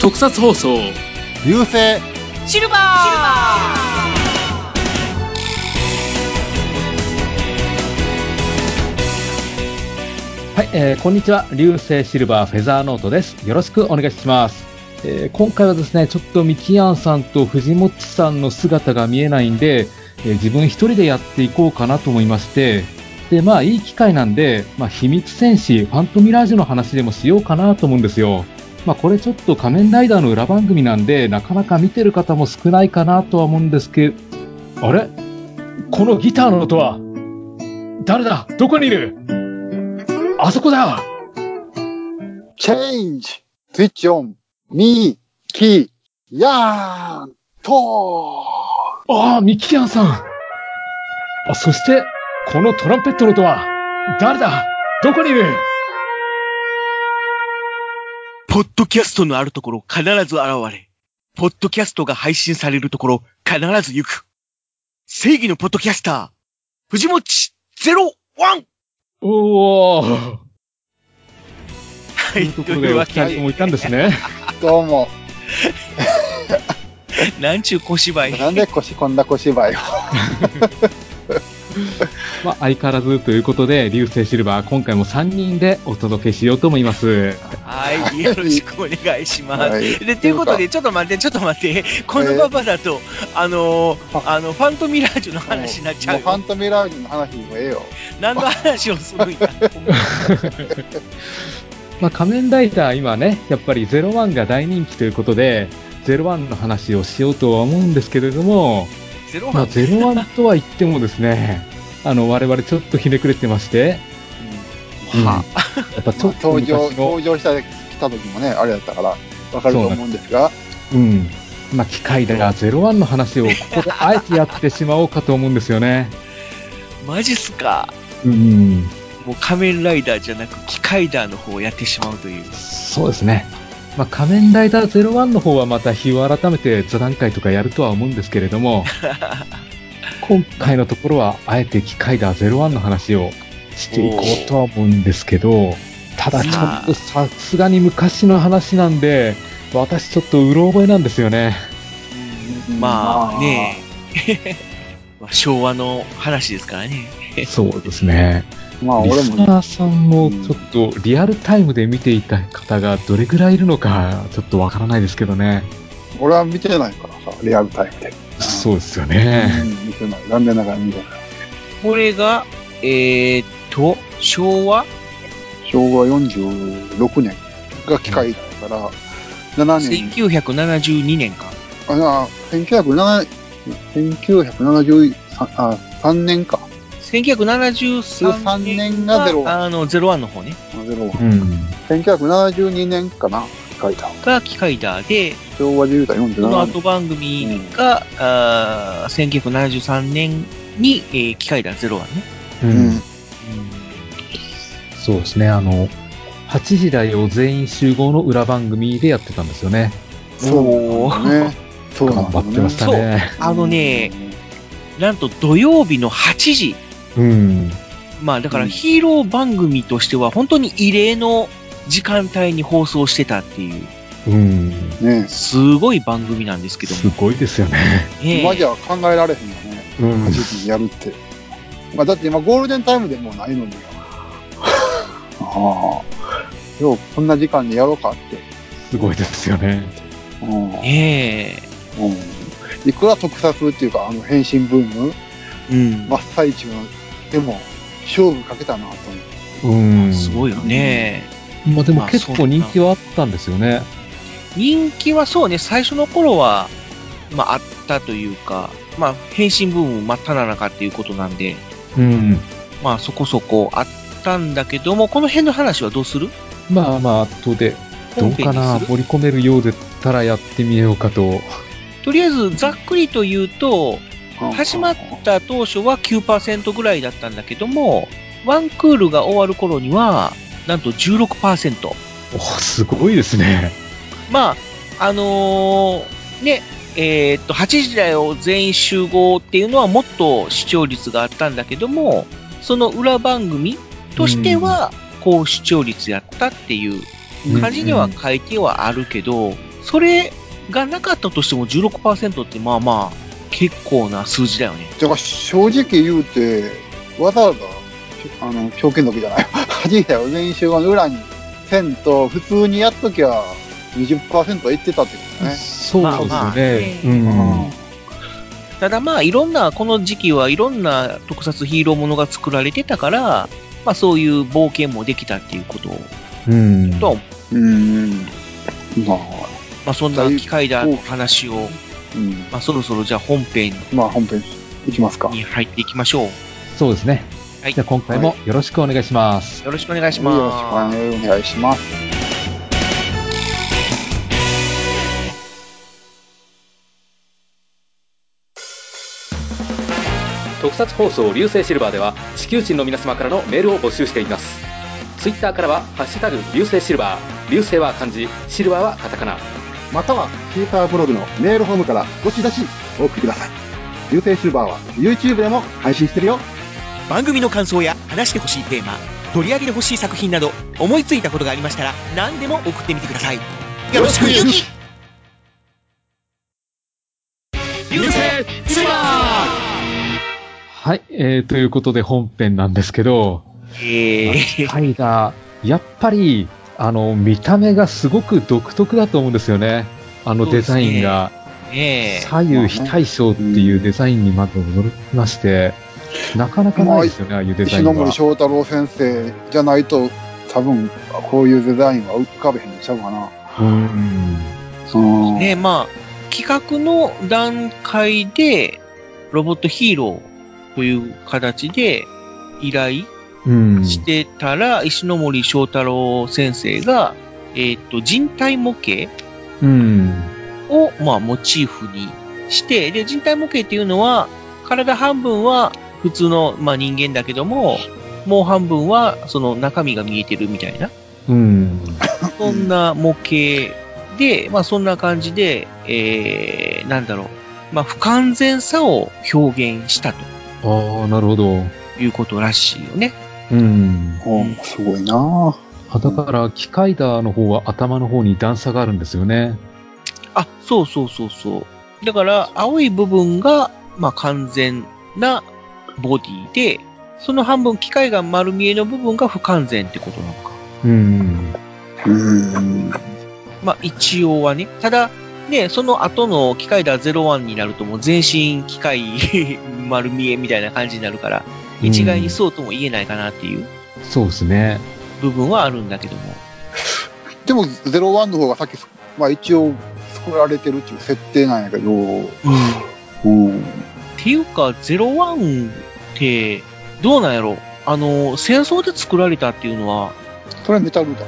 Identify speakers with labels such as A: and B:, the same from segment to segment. A: 特撮放送
B: 流星
C: シルバー
D: はい、えーこんにちは。流星シルバーフェザーノートです。よろしくお願いします。えー今回はですね、ちょっとミキアンさんと藤もっちさんの姿が見えないんで、えー自分一人でやっていこうかなと思いまして、で、まあ、いい機会なんで、まあ、秘密戦士、ファントミラージュの話でもしようかなと思うんですよ。まあ、これちょっと仮面ライダーの裏番組なんで、なかなか見てる方も少ないかなとは思うんですけど、あれこのギターの音は、誰だどこにいるあそこだ
B: Change! スイッチオンミーキーヤーンと
D: ああ、ミキアンさん。あ、そして、このトランペットの音は、誰だどこにいる
E: ポッドキャストのあるところ必ず現れ、ポッドキャストが配信されるところ必ず行く。正義のポッドキャスター、藤持ちゼロワン
D: おお。
E: は
D: というところで、お二人ともいたんですね。
B: どうも。
E: なんちゅう小芝居。
B: なんで腰、こんな小芝居を。
D: まあ、相変わらずということで、流星シルバー、今回も3人でお届けしようと思います。
E: はい、よろしくお願いします。
B: はい
E: で、ということで、ちょっと待って、ちょっと待って、このままだと、あのーあの、ファントミラージュの話になっちゃう
B: もファ
E: よ。
B: ントミラージュの話もええよ。
E: 何の話をするんや。
D: まあ、仮面ライダー、今ね、やっぱり01が大人気ということで、01の話をしようとは思うんですけれども、
E: ゼロ
D: ま
E: ワ
D: あ、
E: ン
D: ゼロワンとは言ってもですね、あの、我々ちょっとひねくれてまして、うんやっぱちょっと
B: 登
D: 昔
B: 場、
D: の、
B: 登場した、来た時もね、あれだったから、わかると思うんですが、
D: うん。まあ、機械だがゼロワンの話をここであえてやってしまおうかと思うんですよね。
E: マジっすか。
D: うん。
E: もう仮面ライダーじゃなく、機械ダーの方をやってしまうという。
D: そうですね。まあ、仮面ライダーゼロワンの方はまた日を改めて座談会とかやるとは思うんですけれど も、今回のところはあえて機械だゼロワンの話をしていこうとは思うんですけど、ただちょっとさすがに昔の話なんで、私ちょっとうろ覚えなんですよね。
E: まあねまあ昭和の話ですからね。
D: そうですね。
B: まあ
D: リ
B: 俺
D: ス
B: も、
D: ナーさんもちょっとリアルタイムで見ていた方がどれぐらいいるのかちょっとわからないですけどね。
B: 俺は見てないからさ、リアルタイムで。
D: そうですよね。
B: うん見てない。残念ながら見てない。
E: これが、えー、っと、昭和
B: 昭和46年が機械だから、7年、
E: ?1972 年か。
B: あ、1907 1973年か。
E: 1973
B: 13
E: 年
B: 年
E: が
B: がゼロワン
E: あの、ゼロワンの方ね。
B: ゼロ
D: うん。
B: 1972年かな、機械だ。
E: が機械だで、
B: 昭和10代
E: この
B: 47
E: 後
B: 年。
E: 番組が、あー1973年に、えー機械だゼロワンね。
D: う
B: うんん。
D: そうですね、あの、8時台を全員集合の裏番組でやってたんですよね。
B: そうなんだね。そうな
D: 頑
B: ん
D: 張
B: だ
D: ってましたね。
E: あのね、なんと土曜日の8時。
D: うん。
E: まあだからヒーロー番組としては本当に異例の時間帯に放送してたっていう、
D: うん。
B: ね
E: すごい番組なんですけど
D: す
E: も
D: ごいですよね。
E: ね。
B: 今じゃ考えられへんよね。
D: うん
B: 8時にやるって。まあ、だって今ゴールデンタイムでもうないの に。ああ。ようこんな時間にやろうかって。
D: すごいですよね。
B: うん。うん。
E: ね
B: いくら特撮っていうか、あの変身ブーム、
E: え。うん
B: 真っ最中でも、勝負かけたなと思って。
D: うん。
E: すごいよね。
D: まあでも結構人気はあったんですよね。
E: 人気はそうね、最初の頃は、まああったというか、まあ変身ブーム真っ只中っていうことなんで、
D: うん。
E: まあそこそこあったんだけども、この辺の話はどうする
D: まあまあ、後で、どうかな、
E: 本編にする
D: 盛り込めるようでったらやってみようかと。
E: とりあえずざっくりと言うと、始まった当初は9%ぐらいだったんだけども、ワンクールが終わる頃には、なんと16%。
D: おすごいですね。
E: まあ、あのーね、えーっと、8時台を全員集合っていうのはもっと視聴率があったんだけども、その裏番組としては、高視聴率やったっていう感じには書いてはあるけど、それがなかったとしても16%ってまあまあ結構な数字だよね。
B: だから正直言うて、わざわざ、あの、狂犬族じゃない、8時 台を全員集合の裏にせんと、普通にやっときゃ20%いってたってこと
D: そう
B: ね。
D: です
E: まあまあ
D: ね
A: ね。
D: うん
E: ただまあいろんな、この時期はいろんな特撮ヒーローものが作られてたから、まあそういう冒険もできたっていうこと
D: うん。
E: とは、
B: うん。まあ、
E: まあそんな機会だの話を、
B: うん。
E: まあそろそろじゃあ本編
B: まあ本編いきますか。
E: に入っていきましょう。
D: そうですね。
E: はい
D: じゃあ今回もよろしくお願いします。
E: よろしくお願いし
B: よろしくお
E: ます。
B: 願いします。
C: 特撮放送流星シルバーでは地球人の皆様からのメールを募集していますツイッターからは「ハッシュタグ流星シルバー」流星は漢字シルバーはカタカナ
F: またはシーサーブログのメールフォームからどしどしお送りください。流星シューバーは YouTube でも配信してるよ。
E: 番組の感想や話してほしいテーマ取り上げてほしい作品など思いついたことがありましたら何でも送ってみてくださいよろしくゆき流星シルバ
D: はい、えー、ということで本編なんですけど、
E: ーえー、
D: タイガー、やっぱり、あの、見た目がすごく独特だと思うんですよね。あの
E: そうで
D: デ
E: す
D: ザ
E: ね
D: インが、
E: え
D: 左右非対称っていうデザインにまず驚きまして、なかなかないですよね、ああいうデザイ
B: 石
D: ン
B: ノ
D: は。
B: 森章太郎先生じゃないと、多分、こういうデザインは浮かべへんのちゃうかな。
D: うん。
B: うん。
E: ねまあ企画の段階でロボットヒーローという形で依頼
D: うん。
E: してたら、石ノ森章太郎先生が、えーっと人体模型
D: うん。
E: を、まあ、モチーフにして、で、人体模型っていうのは、体半分は普通の、まあ、人間だけども、もう半分はその中身が見えてるみたいな、
D: うん。
E: そんな模型で、まあ、そんな感じで、えー、なんだろう、まあ、不完全さを表現したと
D: ああ、なるほど。
E: いうことらしいよね。
D: うん。
B: うんすごいな
D: あだから、機械ダーの方は頭の方に段差があるんですよね。
E: あ、そうそうそうそう。だから、青い部分が、まあ、完全なボディで、その半分、機械が丸見えの部分が不完全ってことなのか。
D: うん。
B: うん。
E: まあ、一応はね。ただ、ね、その後の機械だ01になるともう全身機械 丸見えみたいな感じになるから、一概にそうとも言えないかなっていう
D: そうですね。
E: 部分はあるんだけども。
B: でも、ゼロワンの方がさっき、まあ一応作られてるっていう設定なんやけど、うん。
E: っていうか、01って、どうなんやろあの、戦争で作られたっていうのは、
B: それはメタルだ。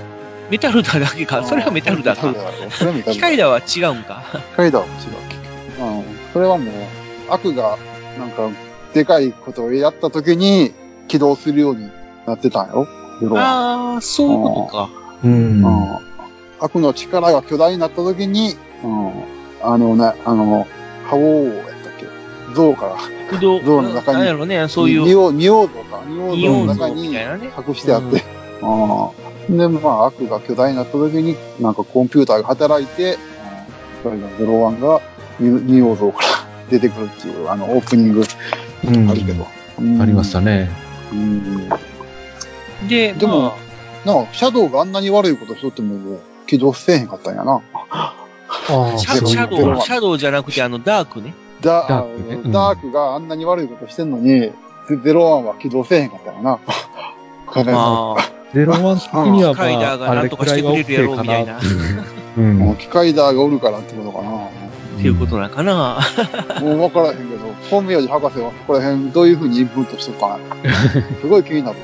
E: メタルだだけか。それはメタルだ
B: それ
E: か。
B: はメタルだそれはメタル
E: 機
B: だ。
E: 械だは違うんか。
B: 機械だは違う。うん。それはもう、悪が、なんか、でかいことをやった時に、起動するようになってたんやろゼロワン。
E: ああ、そういうことか。
D: うん
B: うん。悪の力が巨大になった時に、うん。あのね、あの、覇王やったっけ象から、
E: 不動、
B: ゾウの中に
E: なんやろね、そういう
B: 仁、王、仁王像か。仁王
E: イ
B: 像
E: オ
B: の
E: ン
B: 中
E: 像
B: に
E: みたいなね。
B: 隠してあって、ああで、まあ、悪が巨大になった時に、なんかコンピューターが働いて、うん、機械のゼロワンが二王像から出てくるっていう、あの、オープニング
D: うん
B: あるけど。
D: ありました
B: ね。
D: ね。
B: うん。なんか、
E: で、
B: でも
E: ま
B: シャドウがあんなに悪いことしとっても、もう、起動せえへんかったんやな。
D: あ
E: あ、
D: あ
E: シャシャ
B: そういう
E: ド
B: こ
E: ウ、
B: と
E: シャドウじゃなくて、あの、ダークね。
B: ダ
D: ダー
B: ダ
D: クね
B: ー
D: うん
B: クがあんなに悪いことしてんのに、ゼゼロワンは起動せえへんかったんやな。 かなり
E: ああ、
D: ゼロワン的には、ま
E: カイダー
D: あ、
E: が
D: あ
E: なん
D: れ
E: と
D: く
E: かし
D: ら
E: て
D: い
E: く
D: は
E: れるや
D: OK
E: ろみ
D: か
E: たい
D: な
E: な
D: っていう。うん
B: もう機械ダーがおるからってことかな。
E: っていうことなんかな。
B: もう分からへんけど、本名字博士はここら辺どういう風にインプットしとったんやろ すごい気になる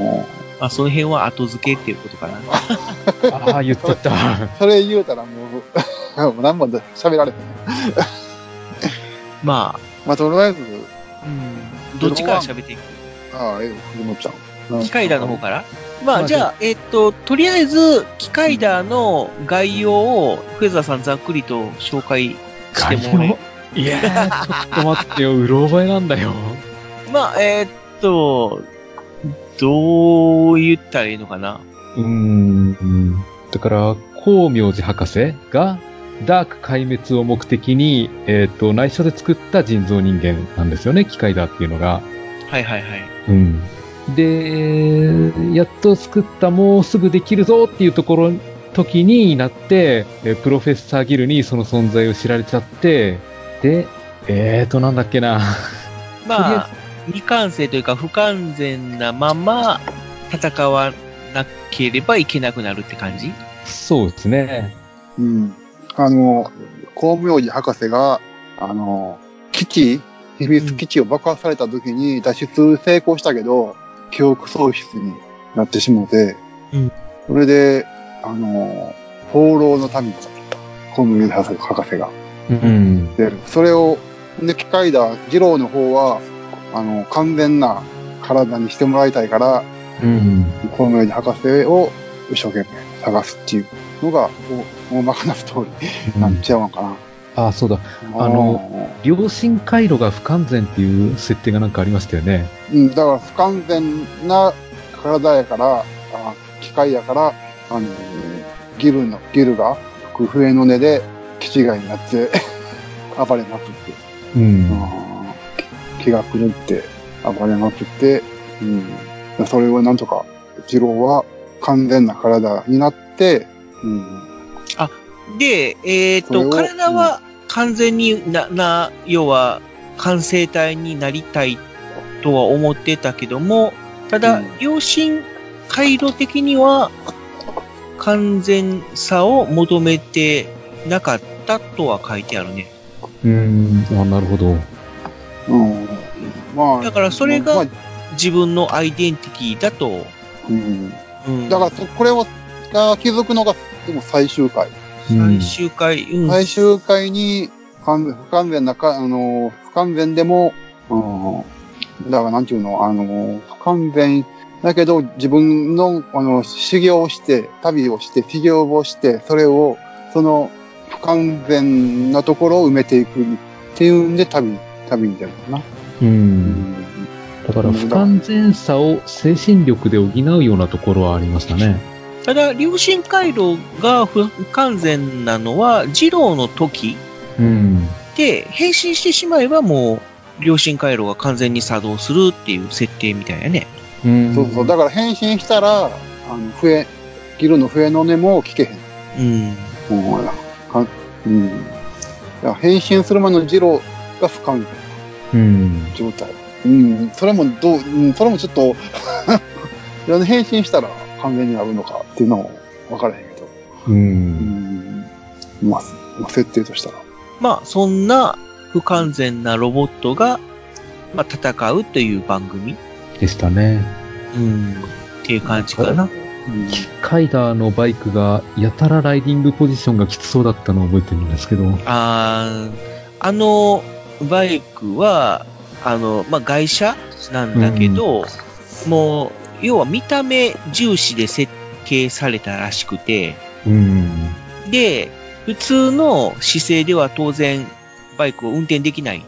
B: わ。
E: まあ、その辺は後付けっていうことかな。
D: ああ、言っとった。
B: それ言う たらもう、もう何も喋られへん。
E: ま
B: まあ、とりあえず、
E: あ、うん、どっちから喋っていく
B: ああ、ええ、藤本ちゃん。
E: 機械だの方から
D: ま
E: ま
D: あ
E: あ、じゃあ、えっと、とりあえず、機械だの概要を、フェザーさんざっくりと紹介してもね。
D: いやー、ちょっと待ってよ、うろ覚えなんだよ。
E: まあ、えーっと、どう言ったらいいのかな。
D: うーん。だから、光明寺博士が、ダーク壊滅を目的に、えっ、と、内緒で作った人造人間なんですよね、機械だっていうのが。
E: はいはいはい。
D: うん。で、やっと作った、もうすぐできるぞっていうところ、時になって、えープロフェッサーギルにその存在を知られちゃって、で、えーと、なんだっけな。
E: まあ、未完成というか不完全なまま戦わなければいけなくなるって感じ
D: そうですね。
B: うん。あの、光明寺博士が、あの、基地、秘密基地を爆破された時に脱出成功したけど、記憶喪失になってしもて、
E: うん
B: それで、あの、放浪の民だった。光明寺博士が。
D: うん。
B: で、それを、で、機械だ、二郎の方は、あの、完全な体にしてもらいたいから、
D: うん。
B: このように博士を一生懸命探すっていうのが、お大まかなストーリーなんちゃうのかな。
D: あ、そうだ。あの良心回路が不完全っていう設定がなんかありましたよね。
B: うん、うんだから不完全な体やから、あ機械やから、あの、ギルの、ギルが、笛の音で、気違いになって、 暴れまくって、
D: うん
B: あー気が狂って、暴れまくって、うん、それをなんとか、二郎は完全な体になって、うん、
E: で、えーっ
B: それ
E: と、
B: を
E: 体は完全にな、な、要は完成体になりたいとは思ってたけども、ただ
B: うん、
E: 良心回路的には完全さを求めてなかったとは書いてあるね。
D: うん。あ、なるほど。
B: うんまあ、
E: だからそれが
B: まあ
E: 自分のアイデンティティだと。
B: うん、だ
E: う
B: から
E: ん
B: そこれをが気づくのがでも最終回、
D: うん
E: 最終回、うん、
B: 最終回に完不完全なかあの不完全でも、うん、だからなんていうのあの不完全だけど自分のあの修行をして旅をして修行をしてそれをその不完全なところを埋めていくっていうんで旅旅に出るのかな、
D: うん。だから不完全さを精神力で補うようなところはありましたね。
E: ただ、良心回路が不完全なのは、二郎の時
D: うん。
E: で、変身してしまえばもう、良心回路が完全に作動するっていう設定みたいなね。
D: うん
B: そうそうだから変身したらあの笛ギルの笛の音も聞けへん
E: うん。
B: もうかうん、だから変身する前のジローが不完
D: うん。
B: 全状態。うん、それもどう、うん、それもちょっと いや、変身したら完全になるのかっていうのも分からへんけど、
D: う。
B: うんん、まあ、まあ設定としたら。
E: まあ、そんな不完全なロボットが、まあ、戦うという番組。
D: でしたね。
E: うん。っていう感じかな。
B: うん、
D: カイダーのバイクがやたらライディングポジションがきつそうだったのを覚えてるんですけど。
E: あーあの、バイクは、あの、まあ、外車なんだけど、もう、要は見た目重視で設計されたらしくて、
D: うん。
E: で、普通の姿勢では当然、バイクを運転できない。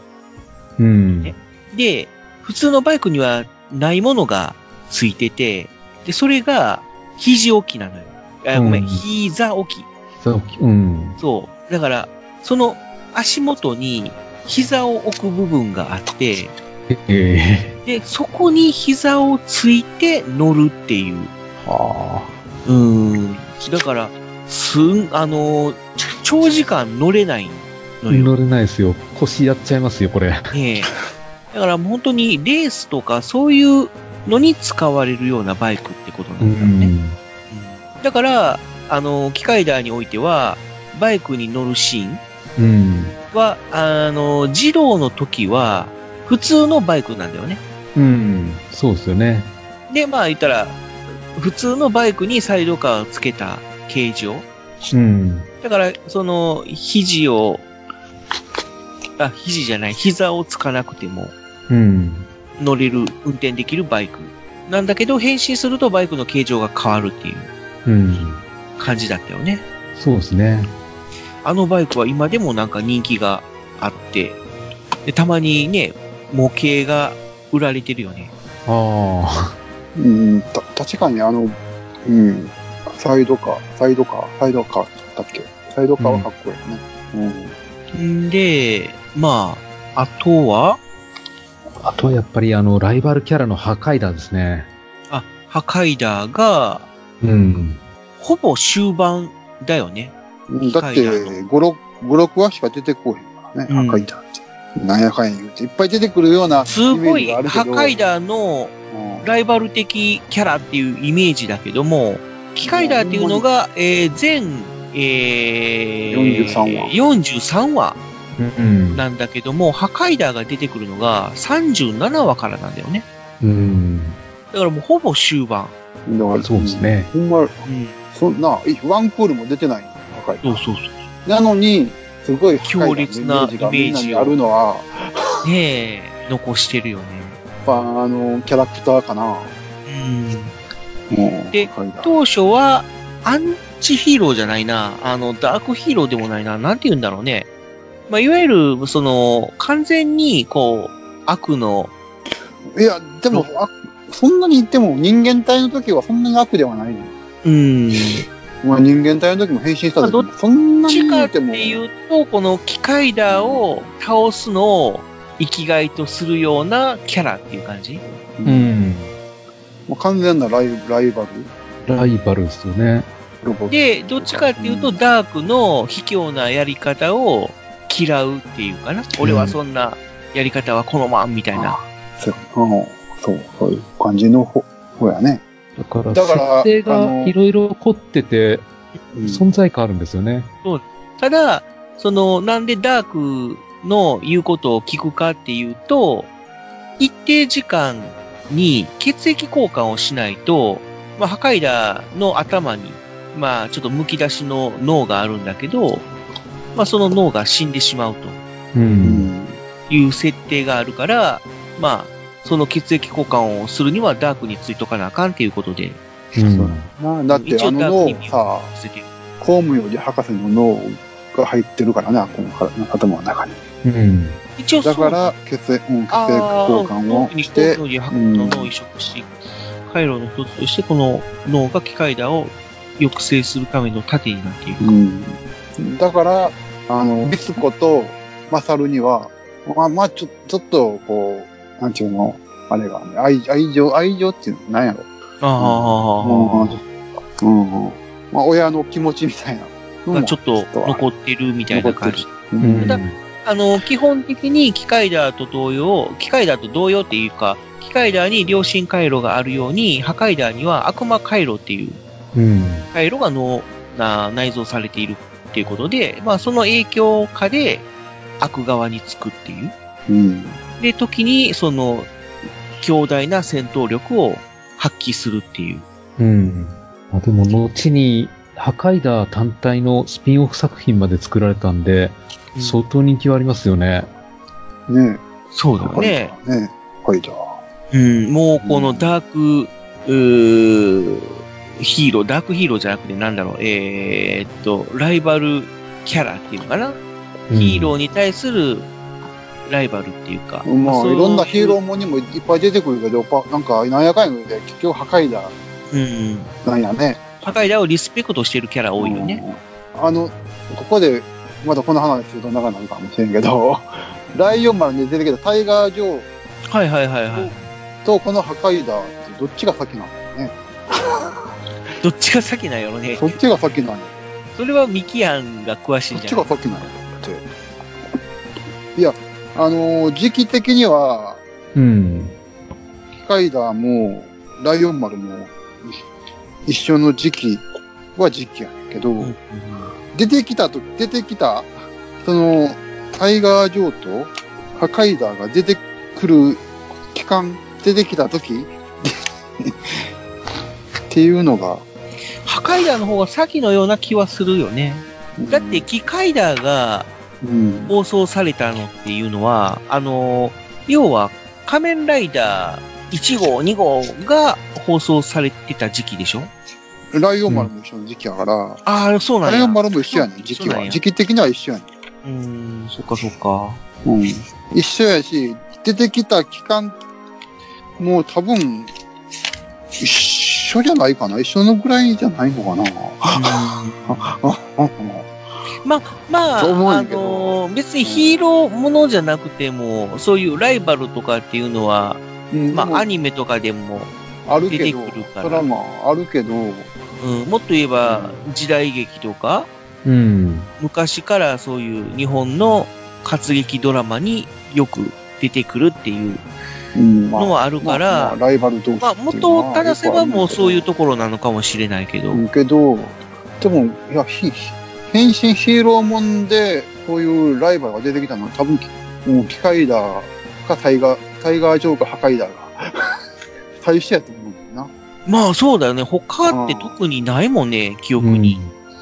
D: うん。
E: で、普通のバイクにはないものがついてて、で、それが、肘置きなのよ。あ、ごめん、
D: うん
E: 膝置き。
D: そううん。
E: そう。だから、その足元に膝を置く部分があって、
D: ええ
E: で、そこに膝をついて乗るっていう。
D: は
E: うーん。だから、すん、あのー、ちょ長時間乗れないのよ
D: 乗れないですよ。腰やっちゃいますよ、これ。
E: ね。だからもう本当にレースとかそういうのに使われるようなバイクってことなんだよね。うん。だから、あのー、機械ダーにおいては、バイクに乗るシーン
D: うん。
E: は、あの、二郎の時は、普通のバイクなんだよね。
D: うん。そうですよね。
E: で、まあ言ったら、普通のバイクにサイドカーをつけた形状。
D: うん。
E: だから、その、肘を、あ、肘じゃない、膝をつかなくても
D: うん。
E: 乗れる、運転できるバイク。なんだけど、変身するとバイクの形状が変わるっていう
D: うん。
E: 感じだったよね。
D: そうですね。
E: あのバイクは今でもなんか人気があって、でたまにね、模型が売られてるよね。
D: あ
B: うん、た、確かにあの、うん、サイドカー、サイドカー、サイドカーだっけサイドカーはかっこいいね。うん。
E: んで、まあ、あとは、
D: あ。あとはやっぱりあの、ライバルキャラの破壊弾ですね。
E: あ、ハカイダーが、
D: うん。
E: ほぼ終盤だよね。
B: うんだっ
E: 機
B: て、
E: 械だと
B: 5、6、五六話しか出てこへんからね、
E: うん
B: 赤いだって。なんやかんや言うて、いっぱい出てくるような
E: す
B: イメ
E: ご
B: ージ
E: い、
B: があるけ
E: ハ
B: ど。
E: カイダーの
B: うん
E: ライバル的キャラっていうイメージだけども、キカイダーっていうのが、えー全、えー、
B: 43話
E: 43話
D: うん。
E: なんだけども、ハカイダーが出てくるのが37話からなんだよね。
D: うん。
E: だからもうほぼ終盤。
B: だから
D: そうです。ね。
B: ほんま、
E: うん。
B: そんな、いワンクールも出てないの赤い。
E: そうそう
B: なのに、すごい破壊
E: 強烈な
B: のイメージが
E: イメージ
B: みんなにあるのは、
E: そう。ねえ、残してるよね。
B: やっぱあの、キャラクターかな。
E: うん。
B: うん
E: で
B: 赤いだ
E: 当初は、アンチヒーローじゃないな、あの、ダークヒーローでもないな、なんて言うんだろうね。まあ、いわゆる、その、完全に、こう、悪の、
B: いや、でも、あそんなに言っても人間体の時はそんなに悪ではないの。
E: うん、
B: まあ人間体の時も変身した時
E: ま
B: も、そんなに
E: 地下
B: 言
E: っ
B: って
E: て
B: も。
E: いうと、この機械だを倒すのを生きがいとするようなキャラっていう感じ
D: うん。
B: もう完全なライライバル
D: ライバルですよね。
B: ロボット。
E: で、どっちかっていうと、
B: うん
E: ダークの卑怯なやり方を嫌うっていうかな。俺はそんなやり方は好まんみたいな。
B: そううんそう、そういう感じの方方やね。
D: だから、
B: だから
D: 設定
B: あ
D: が
B: の
D: いろいろ凝ってて、
B: うん
D: 存在感あるんですよね。
E: ただ、その、なんでダークの言うことを聞くかっていうと、一定時間に血液交換をしないと、まあ、ハカイダーの頭に、まあ、ちょっと剥き出しの脳があるんだけど、まあ、その脳が死んでしまうと
D: う。
B: うんん
E: いう設定があるから、まあ、その血液交換をするにはダークについとかなあかんっていうことで、
D: うん。
B: なだって
E: 一応
B: あの
E: ダークに
B: 脳さ、
E: ついてる。
B: 公務より博士の脳が入ってるからね、この体の頭の中に。
D: うん。
E: 一応そう
B: だから血液、うん、血液交換をして、
E: 脳に白の脳を移植し、回路の一つとして、この脳が機械だを抑制するための盾になっている。
B: うん、だから、あの、ビスコとマサルには、まあ、まあ、ちょ、ちょっと、こう、なんていうの、あれが、ね、愛、愛情、愛情っていうの、なんやろ。
E: あ
B: うん。うん。まあ、親の気持ちみたいな
E: あ、
B: の
E: が
B: も。
E: ちょっと残ってるみたいな感じ。
B: う。
D: うんん。
E: だあの、基本的に機械だと同様、機械だと同様っていうか、機械だに良心回路があるように、破壊だには悪魔回路っていう
D: うん。
E: 回路が脳な内蔵されているっていうことで、まあその影響下で悪側につくっていう。
B: うん。
E: で、時に、その、強大な戦闘力を発揮するっていう。
D: うん。まあ、でも、後に、破壊だ単体のスピンオフ作品まで作られたんで、相当人気はありますよね。
B: ね
E: そう
B: え。
E: だよね。
B: え。ねえ。これだ。
E: うん、もうこのダーク、うーヒーロー、ダークヒーローじゃなくてなんだろう、えーっと、ライバルキャラっていうのかな、ヒーロー
D: ー
E: に対するライバルっていうか。
B: まあ、
E: そう
B: いろんなヒーローもんにもいっぱい出てくるけど、パなんか、なんやかんやで、結局破壊だ、
E: うん。
B: なんやね。
E: 破壊だをリスペクトしてるキャラ多いよね。
B: うん。あの、ここで、まだこの話すると長くなるかもしれんけど、 ライオン丸に出てきたタイガー・ジョー
E: はいはいはいはい。
B: とこの破壊だってどっちが先なんだろうね。
E: どっちが先なんやろね
B: そ。っちが先なんや。
E: それはミキアンが詳しい
B: そ
E: ん
B: っ
E: じ
B: ち
E: ゃない
B: が先なんやって。いや、あのー時期的には、
D: うん。
B: 機械だも、ライオン丸も、一緒の時期は時期やねんけど、
E: うんうん
B: 出てきたと、出てきた、その、タイガー・ジョーと、ハカイダーが出てくる期間、出てきた時 っていうのが、
E: 破壊ダーの方が先のような気はするよね。だって、、キカイダーが
B: うん、
E: 放送されたのっていうのは、あの、要は、仮面ライダー1号、2号が放送されてた時期でしょ
B: ライオン丸も一緒の時期やから、
E: ああ、そうなん
B: ラ
E: や。
B: イオン丸も一緒やねん、時期
E: そうなん
B: は。
E: や
B: 時期的には一緒やね
E: うーん、そっかそっか。
B: ん。うん。一緒やし、出てきた期間、もう多分、一緒じゃないかな。一緒のぐらいじゃないのかな。
E: まあ、まあ、
B: そう思うん
E: あ
B: やけど
E: のー別にヒーローものじゃなくても、そういうライバルとかっていうのは、
B: うん
E: ま
B: でも
E: あ、アニメとかでも、
B: ある
E: 出て
B: け
E: く
B: ど
E: るか、ら
B: それはまあ、あるけど、
E: うん、もっと言えば、時代劇とか、
D: うん。
E: 昔からそういう日本の活劇ドラマによく出てくるっていう
B: うん、ま
E: のはあるから、
B: まあまあライバル同士っていうの
E: まあ、
B: は
E: 元を正せばもうそういうところなのかもしれないけど。
B: うんけど、でも、いや、ひひ変身ヒーローもんで、そういうライバルが出てきたのは、多分、もう機械だかタイガー、タイガージョーか破壊だが、 最初やと思うんだよな。
E: まあそうだよね。他って特にないもんね、記憶に。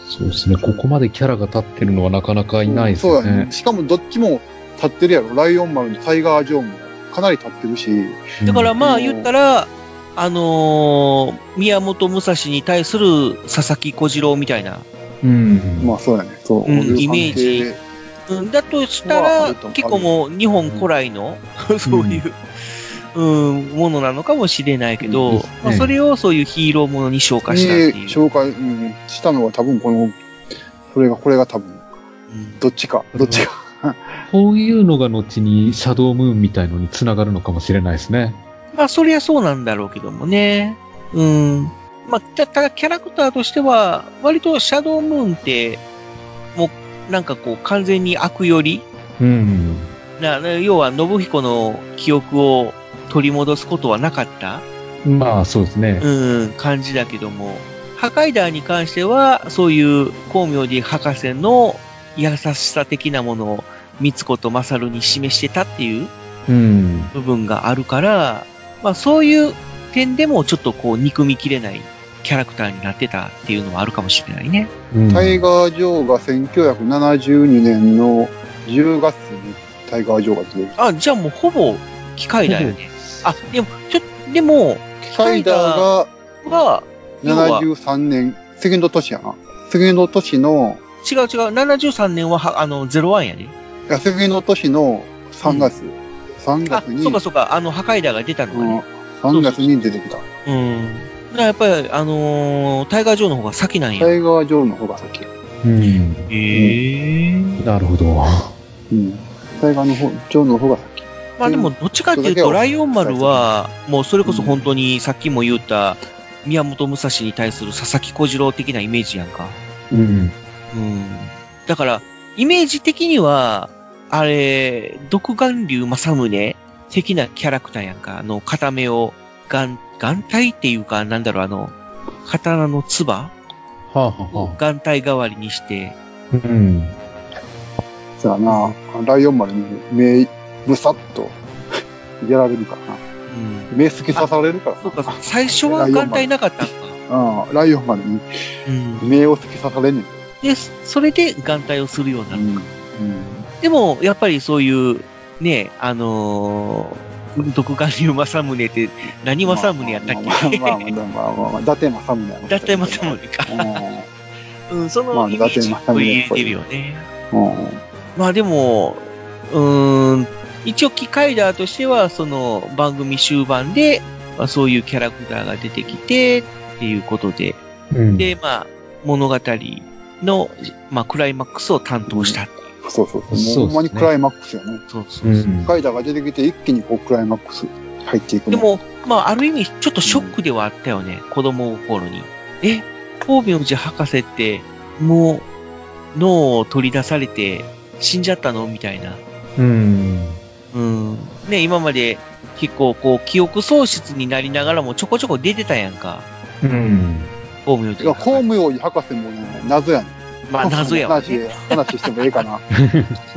D: そうですね。ここまでキャラが立ってるのはなかなかいないです
B: そ
D: よ
B: うやね。
D: ね。
B: しかもどっちも立ってるやろ。ライオン丸のタイガージョーもかなり立ってるし、
E: だから
D: うん、
E: まあ
B: うん
E: 言ったら、あのー宮本武蔵に対する佐々木小次郎みたいな。
D: うん。
B: まあそうやね。そう、
E: うん
B: こういう関係
E: イメージうん、だとし
B: ま
E: た
B: ああ
E: ら、
B: ると
E: 結構もう日本古来の、 そういう、うん、ものなのかもしれないけど、
D: うん
E: まあ、それをそういうヒーローものに昇華したってい
B: に
E: う。
B: 紹介、うん、したのは多分この、それが、これが多分、
E: うん
B: どっちか、どっちか。
D: そういうのが後にシャドームーンみたいのに繋がるのかもしれないですね。
E: まあそりゃそうなんだろうけどもね。うん。まあ、たただキャラクターとしては、割とシャドームーンって、もうなんかこう完全に悪より、
D: うん。
E: なな要は信彦の記憶を取り戻すことはなかった、
D: まあ、そうですね。
E: うん、感じだけども、破壊ダーに関しては、そういう光明寺博士の優しさ的なものを三子と勝に示してたっていう
D: うん。
E: 部分があるから、まあそういう点でもちょっとこう憎みきれないキャラクターになってたっていうのはあるかもしれないね。
D: うん
B: タイガー・ジョーが1972年の10月にタイガー・ジョーが出てる。
E: あ、じゃあもうほぼ機械だよね。あ、でも、ちょ、でも、
B: スパイダーが
E: は、要は
B: 73年、次の年やな。次の年の、
E: 違う違う、73年はは、あの、01やね。
B: いや次の年の3月。3
E: あ
B: 月、に、
E: そうかそうか、あの、破壊ダーが出たのがね。
B: 3月に出てきた。
E: うん。だからやっぱり、あのータイガー・ジョーの方が先なんや。
B: タイガー・ジョーの方が先。
D: うん。
E: へえ。
D: なるほど。
B: うん。タイガーの方、ジョーの方が先。
E: まあでも、どっちかっていう
B: それだけ
E: と、
B: は
E: ライオン丸は、もうそれこそ本当に、さっきも言った、宮本武蔵に対する佐々木小次郎的なイメージやんか。
D: うん。
E: うん。だから、イメージ的には、あれ、独眼竜正宗的なキャラクターやんか。あの、片目を、眼、眼帯っていうか、なんだろう、あの、刀の唾
D: はあ、はあ
E: を
D: はあ、
E: 眼帯代わりにして、
D: うん。
B: そうやな。ライオン丸に目、むさっと、やられるからな。
E: うん。
B: 目突き刺されるからな
E: そうか、最初は眼帯なかったんか。
B: うん。ライオン丸に
E: うん。
B: 目を突き刺されんねん。
E: で、それで眼帯をするようにな
B: う
E: る。
B: ん。
E: でも、やっぱりそういう、ね、あのー、独眼竜正宗って、何正宗やったっけ
B: まあまあまあまあまあまあまあ、伊達政宗やろ
E: だって正宗か。うん、そ
B: ま
E: の
B: あ
E: イメージを取り入れてるよね。
B: うん。うん
E: まあでも、うーん、一応機械だとしては、その番組終盤で、まあ、そういうキャラクターが出てきて、っていうことで、
D: うん。
E: で、まあ、物語の、まあ、クライマックスを担当したっていう。
B: そうそうそう。
D: そうですね
B: ほんまにクライマックスやね。
E: そうそううそう。
D: ん。
B: ガイダーが出てきて一気にこうクライマックス入っていく
E: で
B: の。
E: も、まあ、ある意味、ちょっとショックではあったよね、子供心に。え、光明寺博士って、もう、脳を取り出されて、死んじゃったのみたいな。
D: うん。
E: うん。ね、今まで、結構、こう、記憶喪失になりながらも、ちょこちょこ出てたやんか。
D: うん。
E: 光明
B: い
E: 寺
B: や、
E: 博
B: 公
E: 士。
B: 務用に博士もね、謎やね
E: まあ、謎やわ、ね。
B: 話、話してもええかな。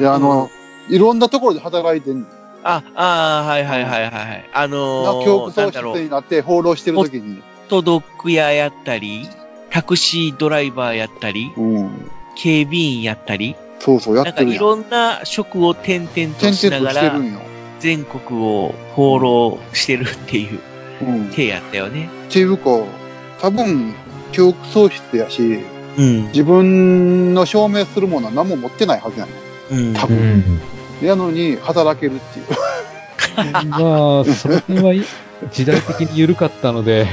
B: いや、あの、いろんなところで働いてんの。
E: あ、あーはいはいはいはい。あの
B: 記憶
E: ー、
B: 喪
E: なんだ
B: 失
E: ろう、ホ
B: になって放浪してる時に。
E: ットドッグ屋やったり、タクシードライバーやったり、
B: うん。
E: 警備員やったり、
B: そうそう、や
E: なん
B: っ
E: か
B: てる
E: い
B: やん。
E: ろんな職を転々と
B: 点々と
E: しなが
B: してる
E: ら、
B: んよ。
E: 全国を放浪してるっていう
B: うん。
E: 手やったよね。
B: っていうか、多分、記憶喪失やし、
E: うん。
B: 自分の証明するものは何も持ってないはずやね
E: うん。
D: う
B: 多分。
D: ん。
B: やのに、働けるっていう。
D: まあ、それはい時代的に緩かったので、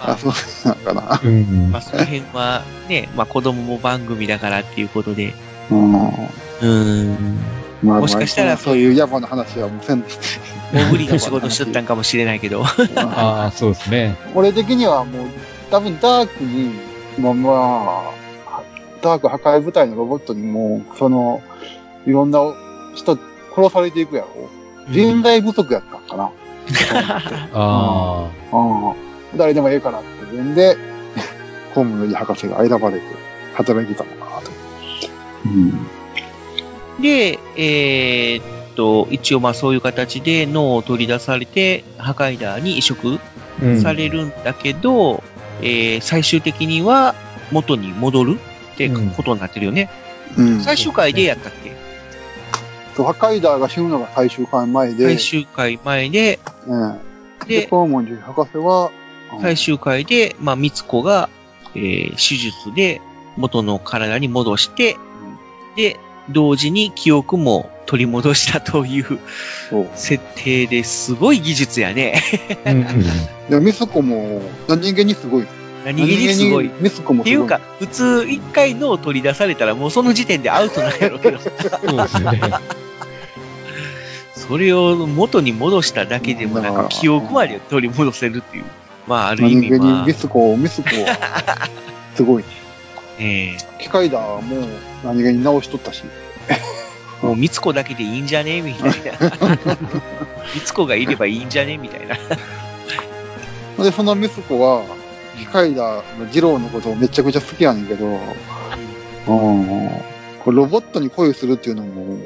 E: あ
B: あ、そうなのかな。
D: うん
E: まあ、。その辺は、ね、まあ、子供も番組だからっていうことで、
B: うん。
E: うーん。
B: まあ
E: もしかしたら
B: そういう野暮な話はもうせん。
E: もう無理な仕事しとったんかもしれないけど。
D: ああ、そうですね。
B: 俺的にはもう、多分ダークに、まあまあ、ダーク破壊部隊のロボットにもう、その、いろんな人殺されていくやろ。人材不足やったんかな。
D: あ
B: うん。誰でもええからって言うんで、 コムのいい博士が選ばれて働いてたのかなと。うん。
E: で、えーっと、一応まあそういう形で脳を取り出されて、ハカイダーに移植
D: あ。うん
E: されるんだけど、えー最終的には元に戻るってことになってるよね。
B: うん。
E: 最終回でやったっけ、
B: と、ハカイダーが死ぬのが最終回前で、
E: 最終回前で、
B: うんで、
E: で、
B: コウモンジ博士は、うん
E: 最終回で、まあ、みつこが、えー手術で元の体に戻して、で、同時に記憶も取り戻したという
B: そう。
E: 設定ですごい技術やね。
D: うんうん
B: でも、ミスコも、何気にすごい。
E: 何気にすごい。っ
B: 何気にミスコも
E: て
B: す
E: い
B: ごい。
E: うか、普通一回脳を取り出されたらもうその時点でアウトなんやろう けど、
D: そうですね。
E: それを元に戻しただけでもなんか記憶まで取り戻せるっていう。まあ、ある意
B: 何
E: 味
B: 気
E: ま
B: に
E: あ
B: ミ、スコ、ミ スコは、すごい。
E: え
B: 機械だ、もう、何気に直しとったし。
E: ーもうみつこだけでいいんじゃねみ たいな。みつこがいればいいんじゃねみたいな。
B: で、そのミスコは、機械だの二郎のことをめちゃくちゃ好きやねんけど、うん。これロボットに恋するっていうのも、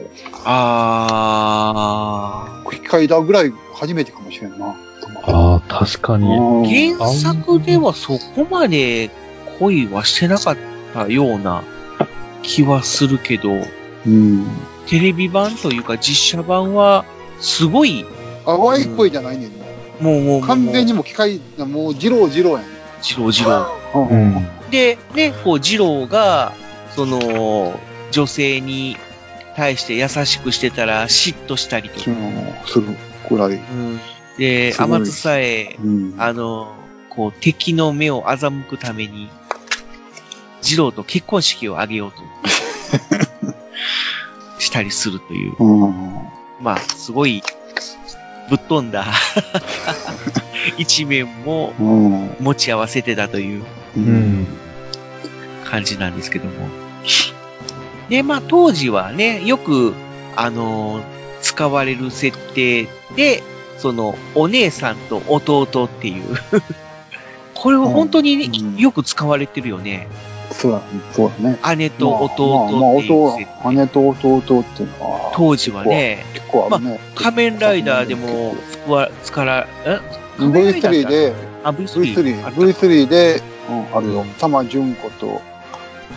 E: あ
B: 機械だぐらい初めてかもしれんな。
D: ああ、確かに。
B: うん
E: ー。原作ではそこまで恋はしてなかったような気はするけど、
B: うん。
E: テレビ版というか実写版は、すごい、
B: 淡い恋じゃないねんな。
E: もうもうもう、
B: 完全にもう機械だ、もう二郎二郎やねん。
E: ジロージロー。
B: う。
D: うんん。
E: で、ね、こう、ジローが、その、女性に対して優しくしてたら嫉妬したりと
B: 気
E: か。
B: もするくらい。
E: うん、で、
B: すごい
E: 天津さえ、
B: うん。
E: あの、こう、敵の目を欺くために、ジローと結婚式を挙げ ようと。したりするという。
B: うん。
E: まあ、すごい、ぶっ飛ん だ一面も
B: うん。
E: 持ち合わせてたという
D: う。
B: う
D: ん。
E: 感じなんですけども。で、まあ、当時はね、よく、あのー使われる設定で、その、お姉さんと弟っていう。 これは本当にね、
B: うん
E: よく使われてるよね。
B: そうだ、そうだね。
E: 姉と弟
B: まあまあまあ
E: っていう設定。
B: 弟姉と弟っていうのは、
E: 当時はね、
B: 結構あるね。
E: 仮面ライダーでも、使わ、使ら、え仮面ライダー
B: V3 で、
E: あ、V3 あ
B: V3、
E: った
B: V3 で、うん、あるよ
E: うん。
B: 玉純子と、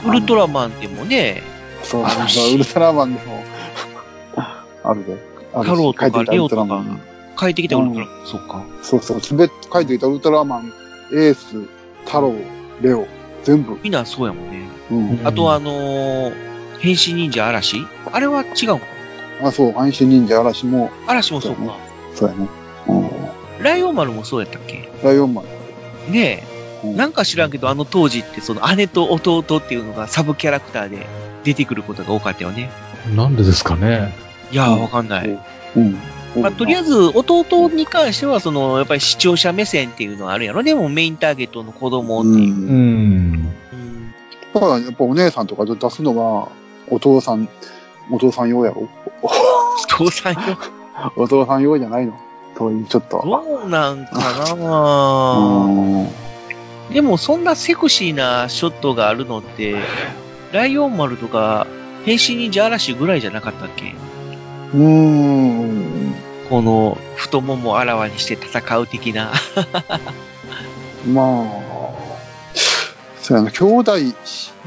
E: ウルトラマンでもね、
B: そう
E: あるし
B: ウルトラマンでも、あるで。あるし
E: 太郎とか
B: 描いてた
E: レオ
B: ウル
E: と
B: ト
E: か
B: ラマン
E: 帰ってきたウルトラマン。そうか。
B: そうそう、すべて書いていたウルトラマン、エース、太郎、レオ、全部。
E: みんなそうやもんね。
B: うん。
E: あとあのー、変身忍者嵐あれは違うのか
B: あ、そう、安心忍者嵐も、
E: 嵐もそうか。
B: そうやね。うん。
E: ライオン丸もそうやったっけ
B: ライオンマン。
E: ね
B: う
E: え。
B: ん
E: なんか知らんけど、あの当時ってその姉と弟っていうのがサブキャラクターで出てくることが多かったよね。
D: なんでですかね。
E: いやー、
B: うん
E: わかんない。
B: うん。
E: まあ、とりあえず、弟に関しては、その、やっぱり視聴者目線っていうのはあるやろね。もうメインターゲットの子供っていう。
B: ん
D: ん。
E: うん
B: だからやっぱお姉さんとか出すのは、お父さん、お父さん用やろ
E: 父さんよ。
B: お父さん用じゃないのそういう、ちょっと。
E: どうなんか
B: う
E: な
B: ーん
E: でもそんなセクシーなショットがあるのって、ライオン丸とか、変身忍者嵐ぐらいじゃなかったっけ
B: うーん。
E: この、太ももをあらわにして戦う的な。
B: まあ、そうやな、兄弟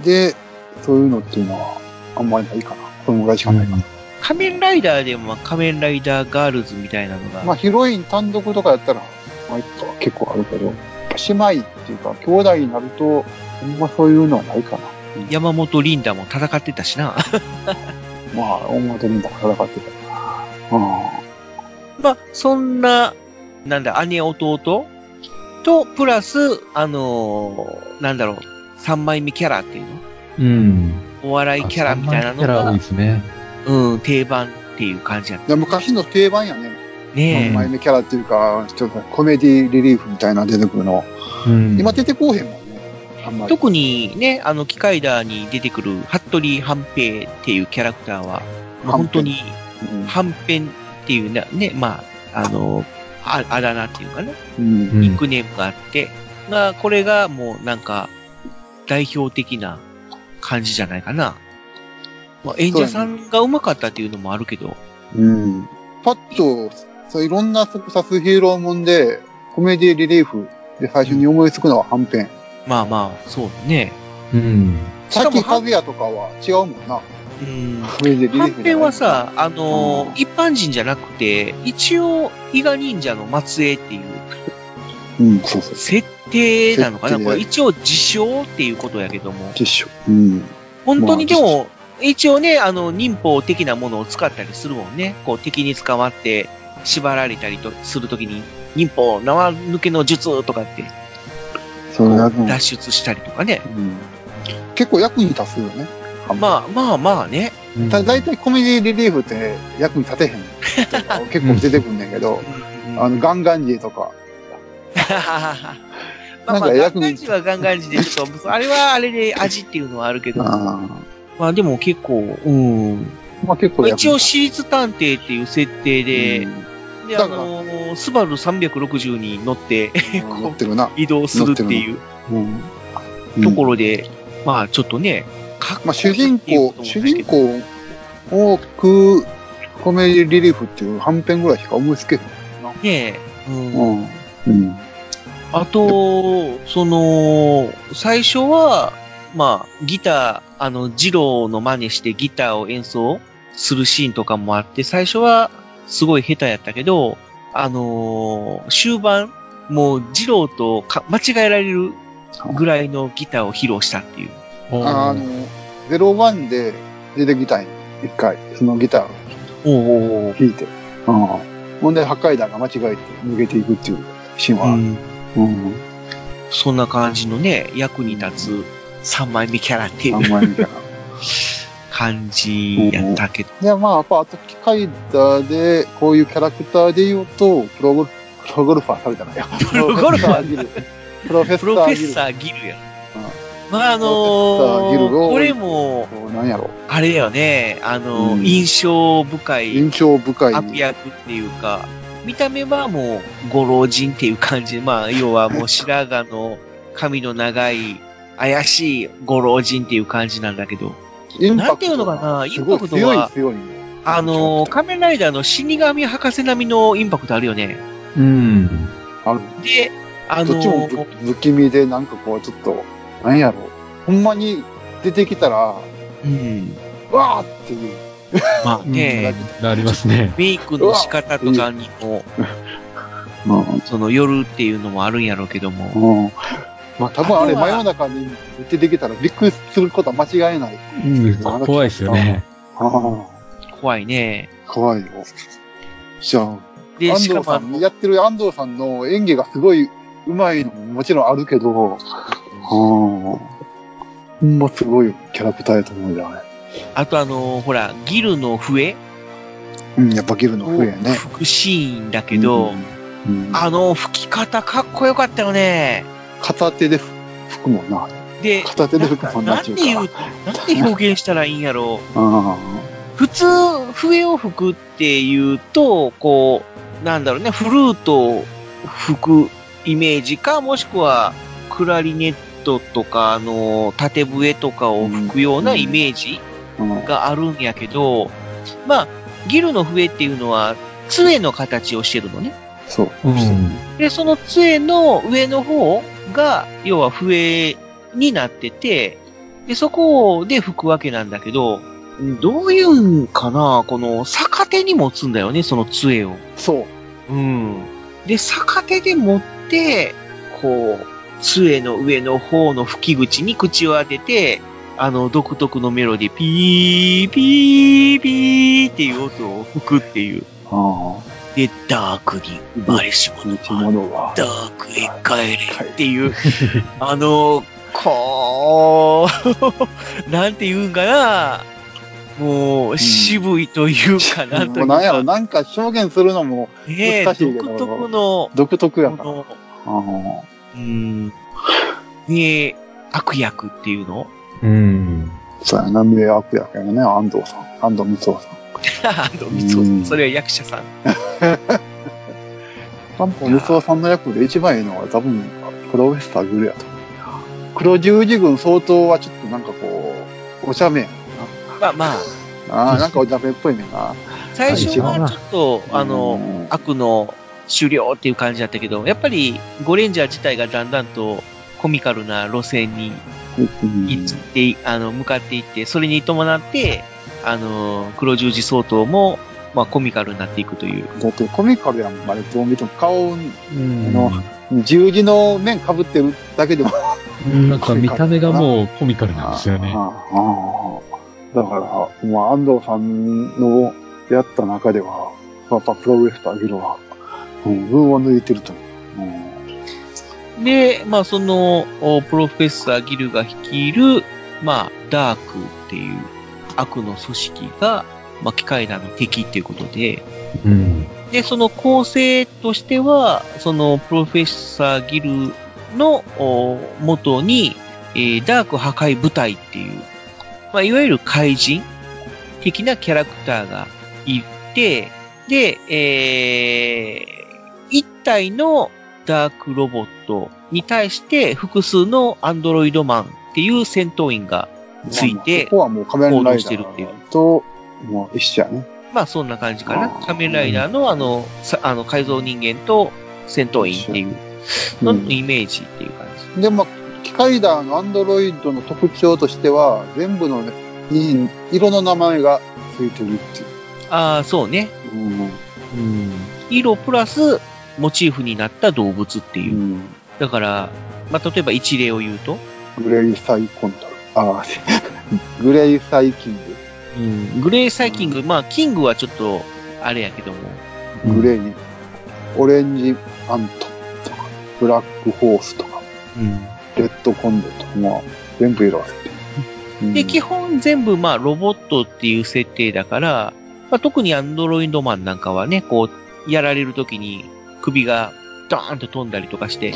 B: で、そういうのっていうのは、あんまりないかな。そのぐらいしかないかな。
E: 仮面ライダーでも仮面ライダーガールズみたいなのが、
B: まあ、ヒロイン単独とかやったら、まあ、結構あるけど、やっぱ姉妹っていうか、兄弟になると、あんまそういうのはないかな。
E: 山本リンダも戦ってたしな。
B: まあ、大表にも戦ってたから。あ
E: まあ、そんな、なんだ、姉弟と、プラス、あのーなんだろう、三枚目キャラっていうの
D: うん。
E: お笑いキャラみたいなの
D: キャラ多い
E: が、
D: ですね。
E: うん、定番っていう感じやっ
B: あ。で昔の定番やね。
E: たね
D: うん
B: 前目キャラっていうか、ちょっとコメディリリーフみたいなの出てくるの。
D: うん。
B: 今出てこうへんもんね。あんまり。
E: 特にね、あの、機械だに出てくる、服部半平っていうキャラクターは、まあ本当に、
B: うん
E: 半平っていうなね、まあ、あの、ああだ名っていうかね、
B: うん
D: うん
E: ニックネームがあって、まあ、これがもうなんか、代表的な感じじゃないかな。まあ、演者さんが上手かったっていうのもあるけど、
B: うん。パッと、そういろんな特撮ヒーローもんで、コメディリリーフで最初に思いつくのははんぺん。
E: まあまあ、そうね。
D: うん。
E: し
B: さ
E: か
B: っき
E: も
B: かぐやとかは違うもんな。
E: うん。
B: コメディリリーフじゃない
E: 半平は、さ、あのー
B: うん
E: 一般人じゃなくて、一応、伊賀忍者の末裔っていう
B: うん、そうそう。
E: 設定なのかな
B: 設定
E: これ一応自称っていうことやけども。
B: ティッシュ。うん。
E: 本当にでも、一応ね、あの、忍法的なものを使ったりするもんね。こう、敵に捕まって、縛られたりとするときに、忍法、縄抜けの術とかって、
B: そう
E: こう
B: やるの
E: 脱出したりとかね。
B: うん結構役に立つよね。
E: まあまあまあね。
D: うん
B: だ大体コメディリリーフって役に立てへん人が結構出てくんねんけど、あ
E: あの、
B: の、ガンガンジーとか、な
E: まあまあ、
B: んか
E: ガ
B: 役に
E: ンガンジはガンガンジで、ちょ っと、あれはあれで味っていうのはあるけど、ま
B: あ
E: あでも結構、うん。
B: ーまあ結構
E: まあ
B: 役
E: 一応、
B: に立
E: シリーズ探偵っていう設定
B: つ
E: で、 で、
B: だ
E: あ
B: から
E: のースバル360に 乗って
B: うんうん乗ってるな。
E: 移動するっていう
B: うん
E: ところで、まあちょっとね、かっこいい
B: まあ、主人
E: っていう
B: 公
E: こ、とも
B: 主
E: ないけ
B: 人
E: ど
B: 公多くコメディリリーフっていう半編ぐらいしか思いつけへん。
E: ねえ、うん
B: ん。うん。
E: あと、その、最初は、まあ、ギター、あの、ジローの真似してギターを演奏するシーンとかもあって、最初はすごい下手やったけど、あのー終盤、もうジローとか間違えられるぐらいのギターを披露したっていう。
D: おー
B: あの、ゼロワンで出てきたんよ一回、そのギターを
E: おうおうおう
B: 弾いて。うん。ほんで、破壊弾が間違えて逃げていくっていうシーンはある。うん。
E: そんな感じのね、役に立つ3枚目キャラってい
B: あ
E: うん
B: まりみたいな。
E: 感じやったけど。
B: で、まあ、やっぱ、あと、機械だで、こういうキャラクターで言うと、プロゴル、プロゴルファーされたのや。プ
E: ロゴルファー
B: ギル。プロフェッサ
E: プロフェ
B: ー
E: ッ
B: ギル。
E: サーギルや
B: うん。
E: まあ、あの
B: プロフェッサーギル
E: ー
B: を
E: これ
B: こ
E: も、
B: うなんやろ。
E: あれだよね、あのー
B: うん
E: 印象深い
B: 印象深い。
E: 悪役っていうか、見た目はもう、ご老人っていう感じ。まあ、要はもう白髪の髪の長い、怪しいご老人っていう感じなんだけど、
B: インパクトが
E: なんていうのかなインパクト
B: すごい
E: は
B: 強い強い。
E: あのー、仮面ライダーの死神博士並みのインパクトあるよね。
D: うん。
B: ある
E: で、あの
B: どっちもぶ不気味で、なんかこう、ちょっと、なんやろほんまに出てきたら、
E: うん、
B: わーっていう。
E: まあね、
D: なりますね。
E: メイクの仕方とかにも、
B: う
E: その夜っていうのもあるんやろうけども、
B: ん。うん。まあ、多分あれ、
E: あとは
B: 真夜中に出てきたらびっくりすることは間違いない。
D: うん怖いですよね。
B: ああ、
E: 怖いね。
B: 怖いよ。じゃあ、
E: で、
B: 安
E: し
B: 藤
E: かも
B: さ
E: あ
B: ん、
E: の、
B: やってる安藤さんの演技がすごい上手いのももちろんあるけど、うん。ほんますごいキャラクターやと思うじゃない。
E: あとあの、ほら、ギルの笛
B: うん、やっぱギルの
E: を
B: 笛やね。
E: 吹くシーンだけど、
B: うん、うん
E: あの、吹き方かっこよかったよね。
B: 片手で吹くもんな。
E: で、
B: 片手で吹くもんな
E: なんて言う、なんて表現したらいいんやろう。
B: あ
E: 普通、笛を吹くっていうと、こう、なんだろうね、フルートを吹くイメージか、もしくは、クラリネットとか、あの、縦笛とかを吹くようなイメージ
B: あ、うん
E: があるんやけど、まあ、ギルの笛っていうのは、杖の形をしてるのね。
B: そう。
D: うん。
E: で、その杖の上の方が、要は笛になってて、で、そこで吹くわけなんだけど、どういうんかなこの逆手に持つんだよね、その杖を。
B: そう。
E: うん。で、逆手で持って、
B: ほ
E: 杖の上の方の吹き口に口を当てて、あの、独特のメロディー、ピー、ピー、ピーっていう音を吹くっていう。
B: う。あ
E: で、ダークに生まれし者
B: あ。も
E: は、
B: のは。
E: ダークへ帰れっていう、あの、こう、 なんて言うんかな、もう、渋いというかな、とい
B: もう
E: う
B: なんやろ、
E: か、
B: なんか表現するのも
E: ねえ、
B: 難しいけど
E: 独特の、
B: 独特や
E: こ
B: から。
E: の、
B: あ
E: うん、ねえ、悪役っていうの
D: うん。
B: あ。そうやな、迷惑やけどね、安藤さん。安藤光雄さん。
E: 安藤光雄さ
B: うん
E: ん。それは役者さん。
B: 安藤光雄さんの役で一番いいのは多分、プロフェッサーグルやと思う。黒十字軍相当はちょっとなんかこう、お茶目や
E: まあまあ、
B: な。ああ、なんかお茶目っぽいねんな。
E: 最初はちょっと、あ
B: う
E: の、
B: ん
E: 悪の終了っていう感じだったけど、やっぱりゴレンジャー自体がだんだんとコミカルな路線に行って、あの、向かっていって、それに伴って、あの、黒十字相当も、まあコミカルになっていくという。
B: だってコミカルやもん、あれ、どう見ても顔、
D: うん
B: の十字の面被ってるだけでも。
D: なんか見た目がもうコミカルなんですよね。
B: ああああだから、まあ、安藤さんのやった中では、やっぱプロウェスターギロは、うん、群を抜いてると思う。うん
E: で、まあその、おプロフェッサーギルが率いる、まあ、ダークっていう悪の組織が、まあ機械なの敵っていうことで、
D: うん。
E: で、その構成としては、そのプロフェッサーギルのお元に、えーダーク破壊部隊っていう、まあ、いわゆる怪人的なキャラクターがいて、で、えー、一体のダークロボットに対して複数のアンドロイドマンっていう戦闘員がつい
B: まあまあ
E: て
B: こ、こはもう仮面ライダ
E: 行動してるっていう
B: ーと、もう一緒やね。
E: まあそんな感じかな
B: あ。ー
E: 仮面ライダーのあの、さあの改造人間と戦闘員っていうの
B: うん
E: イメージっていう感じ。
B: で、まあ、機械ダーのアンドロイドの特徴としては、全部の、ね、に色の名前がついてるっていう。
E: ああ、そうね。
B: うん
D: うん。
E: 色プラスモチーフになった動物っていう。
B: うん
E: だから、まあ例えば一例を言うと、
B: グレイサイコントロああ、 グレイサイキン
E: グレーサイキング、まあキングはちょっとあれやけども、
B: グ、グレイ、オレンジアントとか、ブラックホースとか、
D: うん。
B: レッドコンドとか、まあ、全部色あってる。うん
E: で、基本全部まあロボットっていう設定だから、まあ、特にアンドロイドマンなんかはね、こう、やられるときに首がドーンと飛んだりとかして、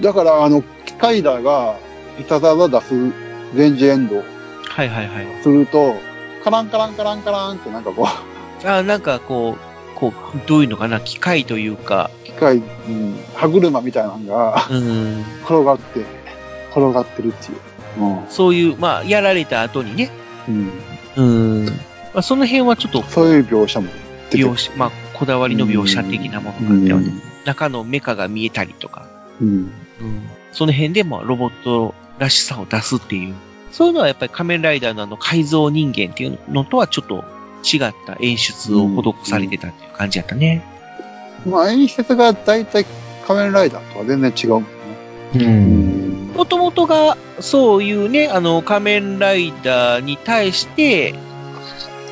B: だから、あの、機械だが、いたざら出すレンジエンドを
E: はいはいはい。
B: すると、カランカランカランカランってなんかこう、
E: あーなんかこう、こう、どういうのかな、機械というか、
B: 機械、うん、歯車みたいなのが
E: うん、
B: 転がって、転がってるっていう。
E: そういう、まあ、やられた後にね、
B: うん。うん。
E: うん、まあ、その辺はちょっと、
B: そういう描写も出てる
E: 描写、まあ、こだわりの描写的なものがあったよね。中のメカが見えたりとか、
B: うん。
E: うん、その辺でもロボットらしさを出すっていう、そういうのはやっぱり仮面ライダーのあの改造人間っていうのとはちょっと違った演出を施されてたっていう感じやったね。
B: まあ、演出が大体仮面ライダーとは全然違うもんね。
D: うん。
E: もともとが、そういうね、あの、仮面ライダーに対して、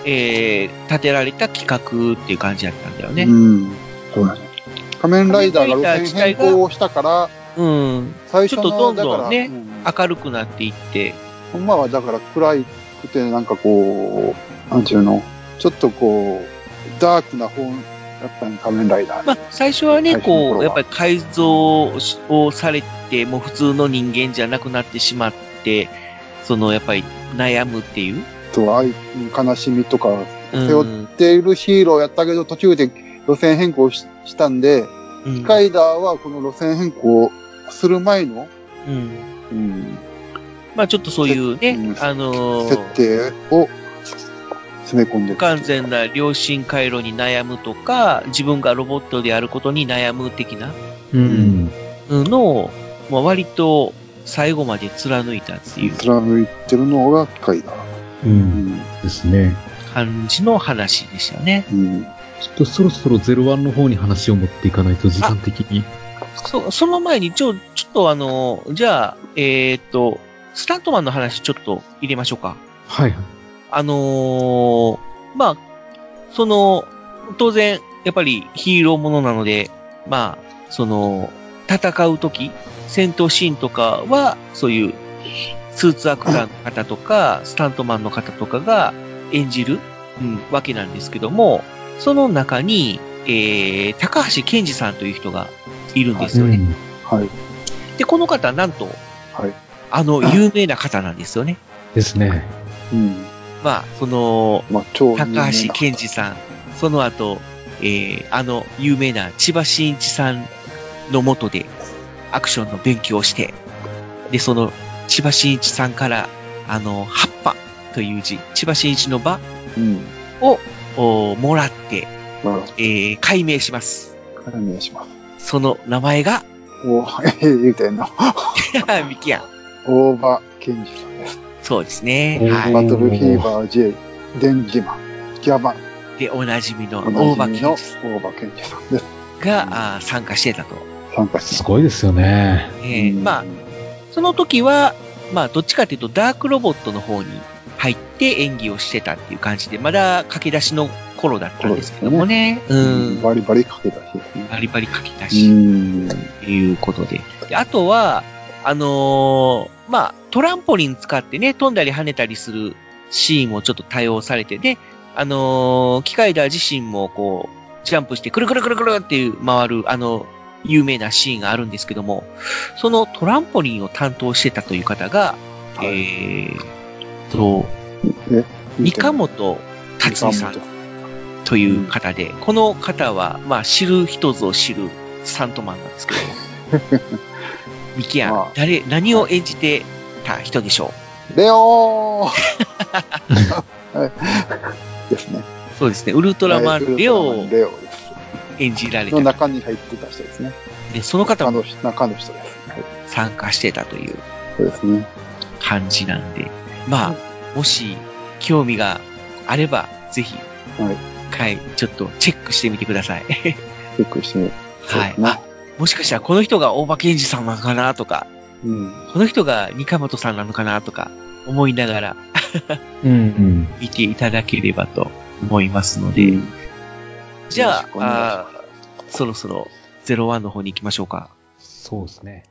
E: えー、立てられた企画っていう感じだったんだよね。
B: うん。そうだね。仮面ライダーが路線変更をしたから、
E: うん。
B: 最初の、
E: ちょっとどんどんね
B: だから、
E: 明るくなっていって、
B: うん、ほんまはだから暗いくて、なんかこう、なんていうの、ちょっとこう、ダークな方だったね、仮面ライダー。
E: まあ、最初はね、
B: 最初の頃は
E: こう、やっぱり改造しをされて、もう普通の人間じゃなくなってしまって、その、やっぱり悩むっていう。
B: と愛、悲しみとか、
E: うん
B: 背負っているヒーローやったけど、途中で路線変更ししたんで、
E: うん
B: スカイダーはこの路線変更をする前の、
E: うん。
B: うん、
E: まあ、ちょっとそういう
B: う
E: ね、
B: ん
E: あのー
B: 設定を詰め込んで
E: 不完全な良心回路に悩むとか、自分がロボットであることに悩む的な
D: うん。
E: のを、まあ、割と最後まで貫いたっていう
B: 貫いてるのが機械だ。
D: う。
B: うんん。
D: ですね。
E: 感じの話でしたね。
B: うん。
D: ちょっとそろそろゼロワンの方に話を持っていかないと時間的に。
E: そ、その前に、ちょ、ちょっとあの、じゃあ、えーっと、スタントマンの話ちょっと入れましょうか。
D: はい。
E: あのーまあ、その、当然、やっぱりヒーローものなので、まあ、その、戦うとき、戦闘シーンとかは、そういう、スーツアクターの方とか、スタントマンの方とかが演じる、うん、わけなんですけども、その中に、えー、高橋健二さんという人がいるんですよね。
D: ん。
B: はい。
E: で、この方、なんと、
B: はい
E: あの、有名な方なんですよね。
D: ですね。
B: うん。
E: まあ、その、
B: まあ、超有名な
E: 高橋健二さん、その後、えーあの有名な千葉真一さんのもとでアクションの勉強をして、で、その千葉真一さんから、あの、葉っぱという字、千葉真一の場
B: うん。
E: をおもらって、
B: ま
E: えー解明します。
B: あ、解明します。
E: その名前が、
B: お、 ええ言うてんな。
E: ミキヤン。
B: 大場健二さんです。
E: そうですね。
D: うん
E: は
B: バトルフィーバー J、電磁マン、ギャバン、
E: い。で、おなじみの
B: おな
E: 大
B: じ
E: 場
B: みの
E: 健二
B: 大場健二さんです。
E: があー参加してたと。
B: 参加し
D: す
B: て
D: ごいですよね。
E: えーまあ、その時は、まあ、どっちかというと、ダークロボットの方に入って演技をしてたっていう感じで、まだ駆け出しの頃だったんですけどもね。う
B: うん、
E: ん。
B: バリバリかけたしですね。
E: バリバリ駆け出
B: う
E: し
B: ん。
E: っていうことで。であとは、あのーまあ、トランポリン使ってね、飛んだり跳ねたりするシーンもちょっと多用されて、で、あのー機械だ自身もこう、ジャンプしてくるくるくるくるっていう回る、あの、有名なシーンがあるんですけども、そのトランポリンを担当してたという方が、
B: はい
E: えーと、三
B: かも
E: 本達美さんという方で、この方は、まあ、知る人ぞ知るサントマンなんですけど、 ミキヤン、
B: まあ
E: 誰、何を演じてた人でしょ
B: レオー ですね。
E: うそうですね、ウルトラマ
B: はい
E: ン、レオ
B: ウルトラマ
E: を
B: ンレオです。
E: 演じられ
B: の
E: た
B: 中に入ってた人ですね。
E: で、その方
B: 中
E: も
B: の人中の人です。はい。
E: 参加してたという
B: そうですね。
E: 感じなんで、まあ、もし興味があれば、ぜひ、
B: はい
E: 一回、ちょっとチェックしてみてください。
B: チェックしてみる。
E: はい
B: そうです。ね
E: あ、もしかしたらこの人が大場健二さんなのかなとか、
B: うん。
E: この人が二カ本さんなのかなとか思いながら
D: うん。
E: 見ていただければと思いますので、じゃ
B: よろしくお願いし
E: ああー、そろそろ01の方に行きましょうか。
D: そうですね。